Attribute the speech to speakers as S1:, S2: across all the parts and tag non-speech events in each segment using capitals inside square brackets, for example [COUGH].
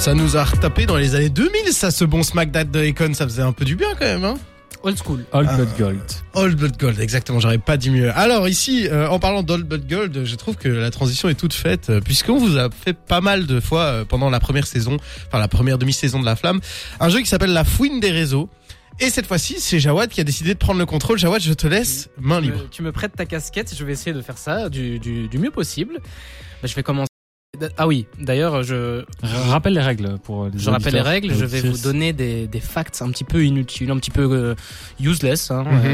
S1: Ça nous a retapé dans les années 2000, ça, ce bon smack date de Icon, ça faisait un peu du bien quand même, hein
S2: Old school.
S3: Old
S1: Ah.
S3: Blood Gold.
S1: Old But Gold, exactement, j'aurais pas dit mieux. Alors ici, euh, en parlant d'Old But Gold, je trouve que la transition est toute faite, euh, puisqu'on vous a fait pas mal de fois euh, pendant la première saison, enfin la première demi-saison de La Flamme, un jeu qui s'appelle La Fouine des réseaux. Et cette fois-ci, c'est Jawad qui a décidé de prendre le contrôle. Jawad, je te laisse main
S2: Tu me-
S1: libre.
S2: Euh, Tu me prêtes ta casquette, je vais essayer de faire ça du, du- du mieux possible. Bah, je vais commencer. Ah oui, d'ailleurs, je,
S3: R- Rappelle les règles pour les
S2: je rappelle les
S3: auditeurs.
S2: règles, je vais vous donner des, des facts un petit peu inutiles, un petit peu euh, useless, hein,
S1: Mhm.
S2: euh,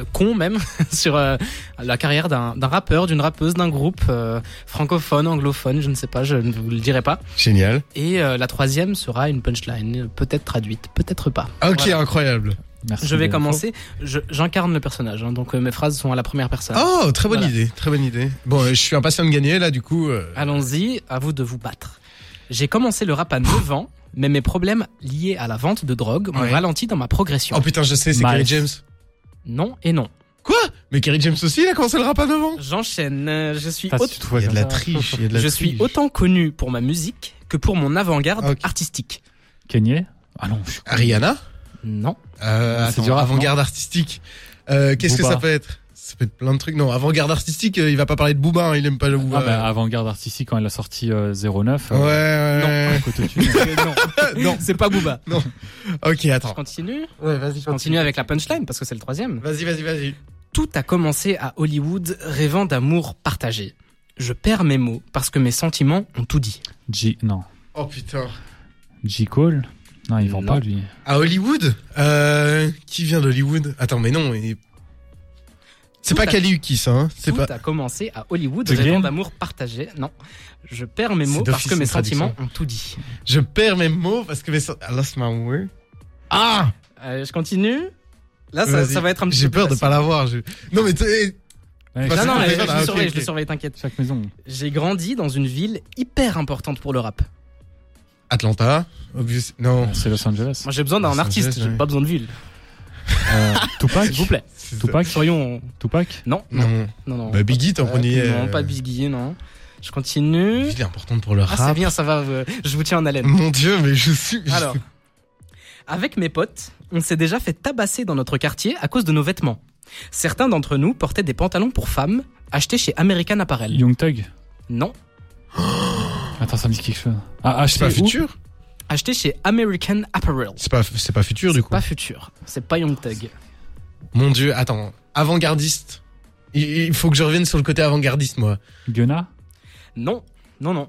S2: euh, con même, [LAUGHS] sur euh, la carrière d'un d'un rappeur, d'une rappeuse, d'un groupe euh, francophone, anglophone, je ne sais pas, je ne vous le dirai pas.
S1: Génial.
S2: Et euh, la troisième sera une punchline, peut-être traduite, peut-être pas.
S1: Ok,
S2: Voilà.
S1: incroyable.
S3: Merci
S2: Je vais
S3: de-
S2: commencer, Je- j'incarne le personnage, hein, donc euh, mes phrases sont à la première personne.
S1: Oh, très bonne
S2: Voilà.
S1: idée, très bonne idée. Bon, euh, je suis impatient de gagner là, du coup. euh,
S2: Allons-y, à vous de vous battre. J'ai commencé le rap à 9 ans, mais mes problèmes liés à la vente de drogue ont
S1: Ouais.
S2: ralenti dans ma progression.
S1: Oh putain, je sais, c'est
S3: Miles.
S1: Kerry James.
S2: Non et non.
S1: Quoi Mais Kerry James aussi, il a commencé le rap à 9 ans
S2: J'enchaîne, euh, je suis
S3: Ah,
S2: au-
S3: tu te vois
S1: Il y a de la
S3: comme ça.
S1: triche, il y a de la
S2: je
S1: triche.
S2: suis autant connu pour ma musique que pour mon avant-garde
S1: Ah, ok.
S2: artistique.
S3: Kenyé Ah non, je suis
S1: Rihanna
S2: Non.
S1: euh,
S3: C'est
S1: attends,
S3: du rap,
S1: Avant-garde artistique. Euh, Qu'est-ce que
S3: Booba.
S1: ça peut être Ça peut être plein de trucs. Non, avant-garde artistique, euh, il va pas parler de Booba, hein, il aime pas le Booba.
S3: Ah bah, avant-garde artistique quand elle a sorti euh, 09.
S1: ouais,
S3: euh,
S1: ouais,
S3: Cototune.
S2: [LAUGHS] non.
S1: [LAUGHS] Non.
S2: C'est pas Booba.
S1: ouais. Ok,
S2: Je
S1: attends.
S2: continue.
S1: Ouais, vas-y,
S2: Je continue avec la punchline parce que c'est le troisième.
S1: Vas-y, vas-y, vas-y.
S2: Tout a commencé à Hollywood rêvant d'amour partagé. Je perds mes mots parce que mes sentiments ont tout dit.
S3: J. Non.
S1: Oh putain.
S3: J. Cole Non, il vend
S2: Non.
S3: pas lui.
S1: À Hollywood euh, Qui vient d'Hollywood Attends, mais non. il- C'est
S2: Tout
S1: pas
S2: à-
S1: Kali Uchis, ça, hein C'est
S2: Tout
S1: pas.
S2: a commencé à Hollywood,
S3: The
S2: rêvant
S3: Game
S2: d'amour partagé. Non, je perds mes
S1: C'est
S2: mots parce
S1: d'office
S2: que mes
S1: une traduction.
S2: sentiments ont tout dit.
S1: Je perds mes mots parce que mes. so- I lost my word. Ah
S2: Euh, je continue. Là, ça,
S1: Vas-y.
S2: ça va être un petit
S1: J'ai
S2: peu
S1: peur de
S2: plus
S1: pas l'avoir. je- Non, mais t'es-
S3: Ouais,
S1: Bah, pas-
S2: facile. Non, non,
S1: Ah,
S2: mais je,
S1: ok,
S2: le surveille,
S1: ok.
S2: je le surveille, t'inquiète.
S3: chaque maison.
S2: J'ai grandi dans une ville hyper importante pour le rap.
S1: Atlanta obvious- Non.
S3: Euh,
S2: Ah,
S3: C'est Los Angeles.
S2: Moi, j'ai besoin d'un
S1: Los
S2: artiste,
S1: Angeles,
S2: j'ai
S1: Ah, ouais.
S2: pas besoin de ville.
S3: Euh, Tupac.
S2: S'il
S1: [LAUGHS]
S2: vous plaît,
S1: c'est-
S3: Tupac.
S2: soyons.
S3: Tupac.
S2: Non, non,
S1: Non.
S2: non, non.
S1: Bah, Biggie, t'en
S2: Euh,
S1: prenais. euh,
S2: Non, pas Biggie, non. Je continue.
S1: Biggie, il est important pour le
S2: Ah, c'est
S1: rap.
S2: bien, ça va. euh, Je vous tiens en haleine.
S1: Mon dieu, mais je suis. je
S2: Alors,
S1: suis-
S2: avec mes potes, on s'est déjà fait tabasser dans notre quartier à cause de nos vêtements. Certains d'entre nous portaient des pantalons pour femmes achetés chez American Apparel.
S3: Young Thug.
S2: Non,
S3: Attends, ça me dit quelque chose. Ah,
S1: C'est pas
S3: acheter où
S1: futur
S2: achetés chez American Apparel.
S1: C'est pas, c'est pas futur du
S2: C'est
S1: coup.
S2: pas futur, c'est pas Young Thug.
S1: Mon dieu, attends. Avant-gardiste. Il, il faut que je revienne sur le côté avant-gardiste, moi.
S3: Gunna.
S2: Non, non, non.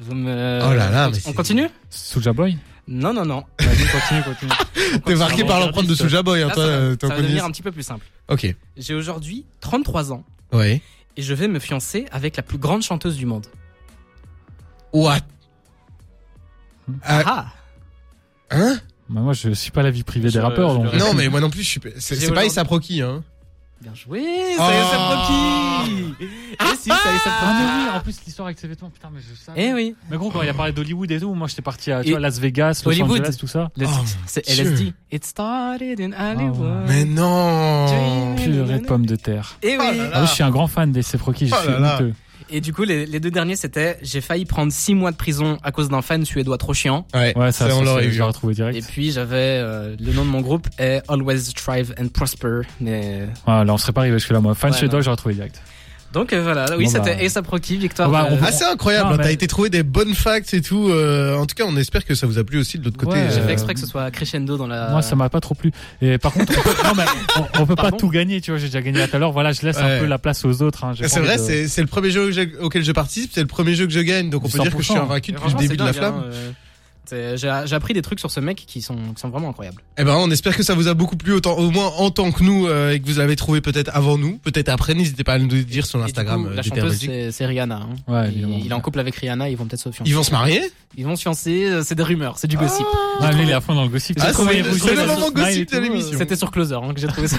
S2: Vous me-
S1: Oh là là, mais
S2: on
S1: c'est-
S2: continue
S3: Soulja Boy.
S2: Non, non, non. Vas-y,
S1: [LAUGHS]
S2: continue, continue. On
S1: T'es
S2: continue.
S1: marqué par l'empreinte de Soulja Boy, hein,
S2: Là,
S1: toi,
S2: ça va-
S1: euh, t'en
S2: ça va
S1: connais.
S2: devenir un petit peu plus simple.
S1: Ok.
S2: J'ai aujourd'hui 33 ans
S1: Ouais.
S2: et je vais me fiancer avec la plus grande chanteuse du monde.
S1: What Ah,
S2: Ah
S1: Hein
S3: Bah, moi, je suis pas la vie privée
S2: Je-
S3: des rappeurs.
S2: je
S3: donc.
S2: le
S1: Non, mais moi non plus, je suis. pas- C'est
S2: J'ai
S1: c'est pas
S2: aujourd'hui-
S1: Issa Proki, hein.
S2: Bien joué, ça
S1: Oh.
S2: y est, c'est Proki Eh si, ça y est, c'est
S3: Ah,
S2: Proki
S3: mais oui, en plus, l'histoire avec ses vêtements, putain, mais je savais.
S2: Eh oui,
S3: Mais gros, quand il a parlé d'Hollywood et tout, moi, j'étais parti à tu
S2: Et-
S3: vois, Las Vegas, Los
S2: Hollywood.
S3: Angeles, tout ça.
S2: Let's-
S1: Oh,
S2: c'est
S1: Dieu. Oh,
S2: LSD. It started in Hollywood.
S1: Mais non
S3: Purée de pommes de terre.
S2: Eh oui.
S1: Oh là là.
S3: Ah oui, je suis un grand fan des Sefroki, je
S1: Oh
S3: suis
S1: là là.
S3: honteux.
S2: Et du coup, les, les deux derniers, c'était j'ai failli prendre six mois de prison à cause d'un fan suédois trop chiant.
S1: Ouais,
S3: Ouais, ça,
S1: ça, on l'aurait hein.
S3: c'est- je
S1: vu.
S3: l'ai retrouvé direct.
S2: Et puis j'avais euh, le nom de mon groupe est Always Strive and Prosper. Mais
S3: Ah, là, on serait pas arrivé jusque là, moi. Fan
S2: Ouais,
S3: chez
S2: non.
S3: toi, j'aurais retrouvé direct.
S2: donc euh, voilà, oui,
S3: Bon,
S2: c'était
S3: bah.
S2: Ace Proki, victoire.
S3: Bon, bah,
S2: de-
S3: on
S1: Ah, c'est incroyable,
S3: Non,
S1: hein, t'as
S3: mais-
S1: été trouvé des bonnes facts et tout. euh, en tout cas, on espère que ça vous a plu aussi de l'autre côté.
S3: Ouais,
S2: J'ai
S3: euh,
S2: fait exprès que ce soit crescendo dans
S1: Euh.
S2: la.
S3: Moi, ça m'a pas trop plu. Et par contre, on peut, non, mais on, on peut pas
S2: Pardon
S3: tout gagner, tu vois. J'ai déjà gagné à tout à l'heure. Voilà, je laisse
S1: Ouais.
S3: un peu la place aux autres. hein. J'ai pas
S1: Ah, C'est
S3: envie
S1: vrai,
S3: de-
S1: c'est c'est le premier jeu que j'ai- auquel je participe, c'est le premier jeu que je gagne, donc on
S3: Du
S1: peut dire que je suis
S3: 100%.
S1: invaincu depuis
S2: Mais
S1: le
S2: franchement,
S1: début de la
S2: c'est dingue,
S1: flamme.
S2: hein, euh, c'est- J'ai j'ai appris des trucs sur ce mec qui sont, qui sont vraiment incroyables.
S1: Eh ben, on espère que ça vous a beaucoup plu, autant, au moins en tant que nous, euh, et que vous l'avez trouvé peut-être avant nous, peut-être après. N'hésitez pas à nous dire sur
S2: Et du
S1: l'Instagram
S2: coup,
S1: euh,
S2: La
S1: DTR
S2: chanteuse,
S1: Belgique.
S2: c'est c'est Rihanna. hein.
S3: Ouais,
S2: il,
S3: évidemment.
S2: il est en couple avec Rihanna, ils vont peut-être se fiancer.
S1: Ils vont se marier
S2: Ils vont se fiancer, euh, c'est des rumeurs, c'est du gossip.
S3: Ah, lui, il est à fond dans le gossip.
S1: Ah,
S3: J'ai
S1: c'est
S3: trouvé-
S1: le-
S3: j'ai
S1: c'est
S3: trouvé
S1: le
S3: dans
S1: moment
S3: son smile
S1: gossip
S3: et tout,
S1: de
S3: euh,
S1: l'émission.
S2: C'était sur Closer hein, que j'ai trouvé ça.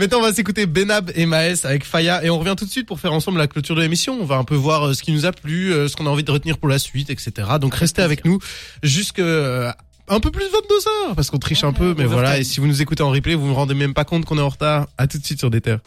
S1: Maintenant, on va s'écouter Benab et Maes avec Faya et on revient tout de suite pour faire ensemble la clôture de l'émission. On va un peu voir euh, ce qui nous a plu, euh, ce qu'on a envie de retenir pour la suite, etc. Donc restez avec nous jusque euh, un peu plus de 22 heures parce qu'on triche un peu, mais
S2: overtime.
S1: voilà. Et si vous nous écoutez en replay, vous vous rendez même pas compte qu'on est en retard. À tout de suite sur des terres.